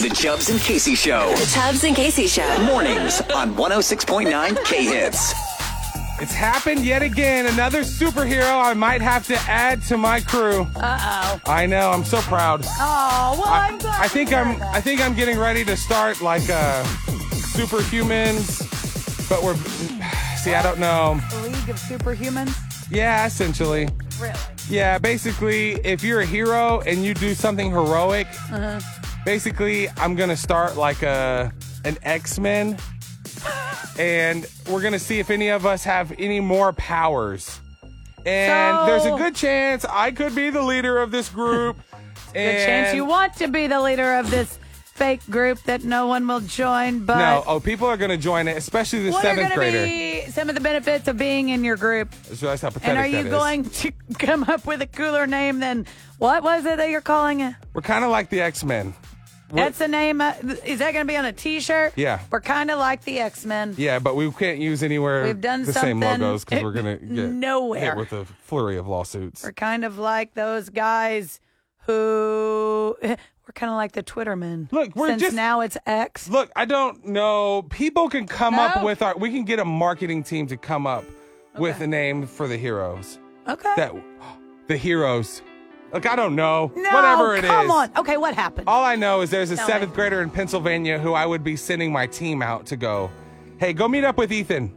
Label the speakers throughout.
Speaker 1: The Chubbs and Casey Show.
Speaker 2: The Tubbs and Casey Show.
Speaker 1: Mornings on 106.9 K Hits.
Speaker 3: It's happened yet again. Another superhero I might have to add to my crew. Uh oh. I know. I'm so proud.
Speaker 4: Oh, well, I, am glad.
Speaker 3: I think
Speaker 4: you heard
Speaker 3: I'm.
Speaker 4: that.
Speaker 3: I think I'm getting ready to start like uh, superhumans, but we're. See, I don't know.
Speaker 4: League of Superhumans.
Speaker 3: Yeah, essentially.
Speaker 4: Really?
Speaker 3: Yeah, basically, if you're a hero and you do something heroic,
Speaker 4: Uh-huh.
Speaker 3: basically, I'm gonna start like a an X-Men, and we're gonna see if any of us have any more powers. And there's
Speaker 4: So-
Speaker 3: a good chance I could be the leader of this group.
Speaker 4: Good chance you want to be the leader of this fake group that no one will join, but.
Speaker 3: No, oh, people are gonna join it, especially the
Speaker 4: What are going
Speaker 3: seventh
Speaker 4: to
Speaker 3: grader.
Speaker 4: be some of the benefits of being in your group?
Speaker 3: So that's how pathetic
Speaker 4: And are
Speaker 3: that
Speaker 4: you
Speaker 3: is.
Speaker 4: going to come up with a cooler name than what was it that you're calling it?
Speaker 3: We're kind of like the X-Men.
Speaker 4: That's the name. Of, is that going to be on a T-shirt?
Speaker 3: Yeah.
Speaker 4: We're kind of like the X Men.
Speaker 3: Yeah, but we can't use anywhere
Speaker 4: We've done
Speaker 3: the same
Speaker 4: something
Speaker 3: logos because we're gonna get
Speaker 4: nowhere.
Speaker 3: hit with a flurry of lawsuits.
Speaker 4: We're kind of like those guys who we're kind of like the Twittermen.
Speaker 3: Look, we're
Speaker 4: since
Speaker 3: just-
Speaker 4: now it's X.
Speaker 3: Look, I don't know. People can come up
Speaker 4: No?
Speaker 3: with our. We can get a marketing team to come up with a name for the heroes.
Speaker 4: Okay.
Speaker 3: That the heroes. Look, I don't know.
Speaker 4: no,
Speaker 3: Whatever it is. Uh,
Speaker 4: come on. Okay, what happened?
Speaker 3: All I know is there's a
Speaker 4: Tell me.
Speaker 3: seventh grader in Pennsylvania who I would be sending my team out to go. Hey, go meet up with Ethan.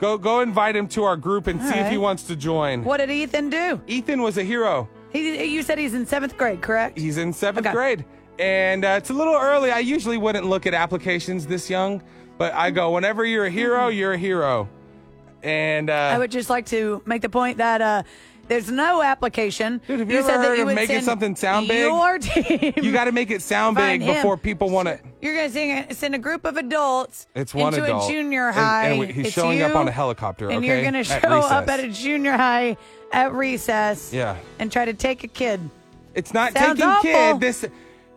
Speaker 3: Go go invite him to our group and see if he
Speaker 4: right.
Speaker 3: wants to join.
Speaker 4: what did Ethan do?
Speaker 3: Ethan was a hero.
Speaker 4: He, you said he's in seventh grade, correct?
Speaker 3: He's in seventh
Speaker 4: Okay.
Speaker 3: grade. And uh, it's a little early. I usually wouldn't look at applications this young, but I go, whenever you're a hero, you're a hero. And uh,
Speaker 4: Mm-hmm. I would just like to make the point that uh, there's no application.
Speaker 3: Dude, have you ever heard of making
Speaker 4: send
Speaker 3: something sound big?
Speaker 4: Your team.
Speaker 3: you got to make it sound big
Speaker 4: Find him.
Speaker 3: before people want to.
Speaker 4: You're going to send a, send a group of adults
Speaker 3: It's one
Speaker 4: into
Speaker 3: adult.
Speaker 4: a junior
Speaker 3: And-
Speaker 4: high.
Speaker 3: and we- he's
Speaker 4: It's
Speaker 3: showing up
Speaker 4: you,
Speaker 3: on a helicopter,
Speaker 4: And
Speaker 3: okay?
Speaker 4: you're going to
Speaker 3: At
Speaker 4: show up
Speaker 3: recess.
Speaker 4: at a junior high at recess.
Speaker 3: Yeah.
Speaker 4: And try to take a kid.
Speaker 3: It's not
Speaker 4: Sounds
Speaker 3: taking
Speaker 4: awful.
Speaker 3: kid. This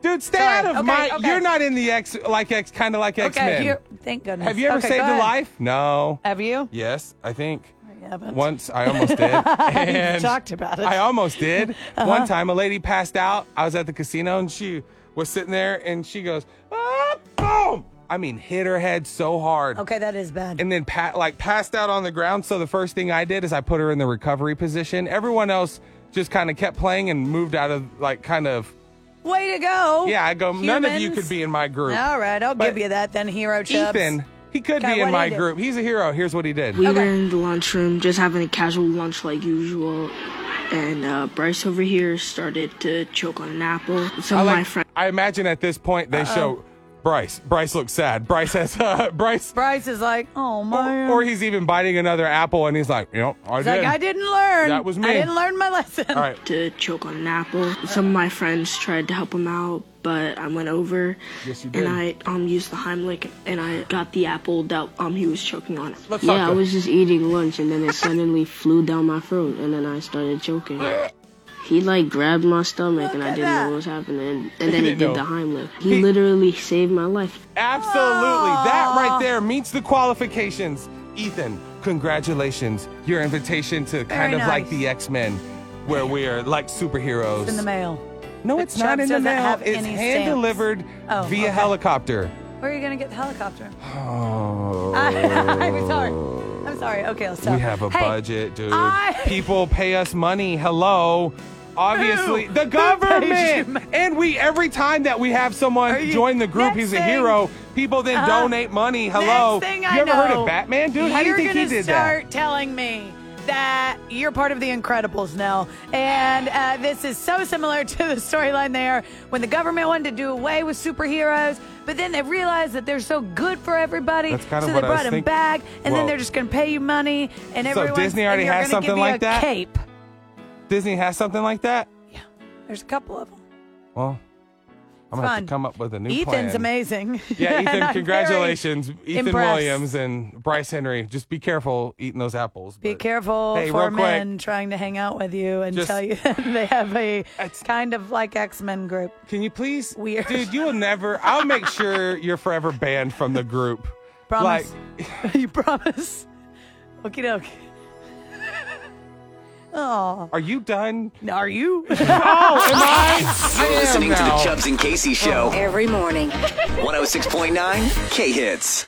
Speaker 3: dude, stay
Speaker 4: Sorry.
Speaker 3: out of
Speaker 4: Okay,
Speaker 3: my.
Speaker 4: okay.
Speaker 3: You're not in the X like X, kind of like X Men.
Speaker 4: Okay. Here, thank goodness.
Speaker 3: Have you ever
Speaker 4: Okay,
Speaker 3: saved
Speaker 4: go
Speaker 3: a
Speaker 4: ahead.
Speaker 3: life? No.
Speaker 4: Have you?
Speaker 3: Yes, I think.
Speaker 4: I Oh, haven't.
Speaker 3: Once I almost did. and
Speaker 4: talked about it. Uh-huh.
Speaker 3: I almost did. One time a lady passed out. I was at the casino and she was sitting there and she goes, ah, boom! I mean, hit her head so hard.
Speaker 4: Okay, that is bad.
Speaker 3: And then pat like passed out on the ground. So the first thing I did is I put her in the recovery position. Everyone else just kind of kept playing and moved out of like kind of
Speaker 4: Way to go.
Speaker 3: yeah. I go none of you
Speaker 4: humans.
Speaker 3: could be in my group.
Speaker 4: All right, I'll
Speaker 3: But
Speaker 4: give you that then, Hero Chubs.
Speaker 3: Ethan, he could
Speaker 4: God,
Speaker 3: be in
Speaker 4: what'd
Speaker 3: my
Speaker 4: he do?
Speaker 3: group. He's a hero. Here's what he did.
Speaker 5: We
Speaker 4: Okay.
Speaker 5: were in the lunchroom just having a casual lunch like usual, and uh, Bryce over here started to choke on an apple. Some
Speaker 3: I
Speaker 5: of
Speaker 3: like-
Speaker 5: my friends
Speaker 3: I imagine at this point they show Bryce. Bryce looks sad. Bryce has uh, Bryce,
Speaker 4: Bryce is like, oh
Speaker 3: or,
Speaker 4: my.
Speaker 3: or he's even biting another apple, and he's like, you know, I
Speaker 4: He's
Speaker 3: did.
Speaker 4: like, I didn't learn.
Speaker 3: That was me.
Speaker 4: I didn't learn my lesson.
Speaker 3: All right,
Speaker 5: to choke on an apple. Some of my friends tried to help him out, but I went over
Speaker 3: Yes, you did.
Speaker 5: and I um used the Heimlich and I got the apple that um he was choking on.
Speaker 3: Let's talk
Speaker 6: Yeah, I
Speaker 3: to-
Speaker 6: was just eating lunch and then it suddenly flew down my throat and then I started choking. He like grabbed my stomach and
Speaker 4: Look
Speaker 6: I
Speaker 4: at
Speaker 6: didn't
Speaker 4: that.
Speaker 6: know what was happening. And then he
Speaker 3: didn't
Speaker 6: did
Speaker 3: know.
Speaker 6: the Heimlich. He,
Speaker 3: He-
Speaker 6: literally saved my life.
Speaker 3: absolutely. That right there meets the qualifications. Ethan, congratulations. Your invitation to kind of like
Speaker 4: nice.
Speaker 3: the X Men, where we are like superheroes.
Speaker 4: In the mail.
Speaker 3: no,
Speaker 4: The
Speaker 3: it's not
Speaker 4: Chubbs
Speaker 3: in the
Speaker 4: doesn't
Speaker 3: mail.
Speaker 4: have
Speaker 3: It's
Speaker 4: any stamps.
Speaker 3: hand delivered
Speaker 4: Oh,
Speaker 3: via
Speaker 4: okay.
Speaker 3: helicopter.
Speaker 4: Where are you gonna get the helicopter? Oh, I, am sorry. I'm sorry. Okay, I'll stop.
Speaker 3: We have a
Speaker 4: Hey,
Speaker 3: budget, dude.
Speaker 4: I-
Speaker 3: People pay us money. Hello. Obviously,
Speaker 4: Who?
Speaker 3: the
Speaker 4: Who pays you
Speaker 3: government.
Speaker 4: money?
Speaker 3: And we every time that we have
Speaker 4: Are
Speaker 3: someone
Speaker 4: you-
Speaker 3: join the group,
Speaker 4: Next
Speaker 3: he's a
Speaker 4: thing-
Speaker 3: hero. People then
Speaker 4: Uh-huh.
Speaker 3: donate money. Hello.
Speaker 4: Next thing
Speaker 3: you
Speaker 4: I
Speaker 3: ever heard
Speaker 4: know,
Speaker 3: of Batman, dude? How do you
Speaker 4: you're
Speaker 3: think he
Speaker 4: gonna
Speaker 3: did
Speaker 4: start
Speaker 3: that?
Speaker 4: telling me that you're part of the Incredibles now, and uh, this is so similar to the storyline there when the government wanted to do away with superheroes, but then they realized that they're so good for everybody,
Speaker 3: That's kind of
Speaker 4: so
Speaker 3: what
Speaker 4: they
Speaker 3: I
Speaker 4: brought
Speaker 3: was
Speaker 4: them
Speaker 3: think-
Speaker 4: back, and
Speaker 3: Well-
Speaker 4: then they're just going to pay you money, and
Speaker 3: So
Speaker 4: everyone.
Speaker 3: Disney already
Speaker 4: and you're
Speaker 3: has
Speaker 4: gonna
Speaker 3: something
Speaker 4: give you
Speaker 3: like
Speaker 4: a
Speaker 3: that?
Speaker 4: Cape.
Speaker 3: Disney has something like that?
Speaker 4: Yeah, there's a couple of them.
Speaker 3: Well, I'm going to have
Speaker 4: Fun.
Speaker 3: to come up with a new
Speaker 4: Ethan's
Speaker 3: plan.
Speaker 4: amazing.
Speaker 3: Yeah,
Speaker 4: And I'm
Speaker 3: Ethan,
Speaker 4: very
Speaker 3: congratulations. Ethan
Speaker 4: impressed.
Speaker 3: Williams and Bryce Henry. Just be careful eating those apples.
Speaker 4: Be
Speaker 3: but-
Speaker 4: careful
Speaker 3: Hey,
Speaker 4: for
Speaker 3: real quick.
Speaker 4: men trying to hang out with you and
Speaker 3: Just-
Speaker 4: tell you that they have a
Speaker 3: That's-
Speaker 4: kind of like X Men group.
Speaker 3: Can you please?
Speaker 4: Weird.
Speaker 3: Dude, you will never. I'll make sure you're forever banned from the group.
Speaker 4: Promise.
Speaker 3: Like,
Speaker 4: you promise? Okie doke. Oh,
Speaker 3: Are you done?
Speaker 4: are you?
Speaker 3: Oh, am I? I
Speaker 1: You're
Speaker 3: am
Speaker 1: listening to the
Speaker 3: now. Oh.
Speaker 1: Chubbs and Casey Show.
Speaker 2: Every morning.
Speaker 1: 106.9 K Hits.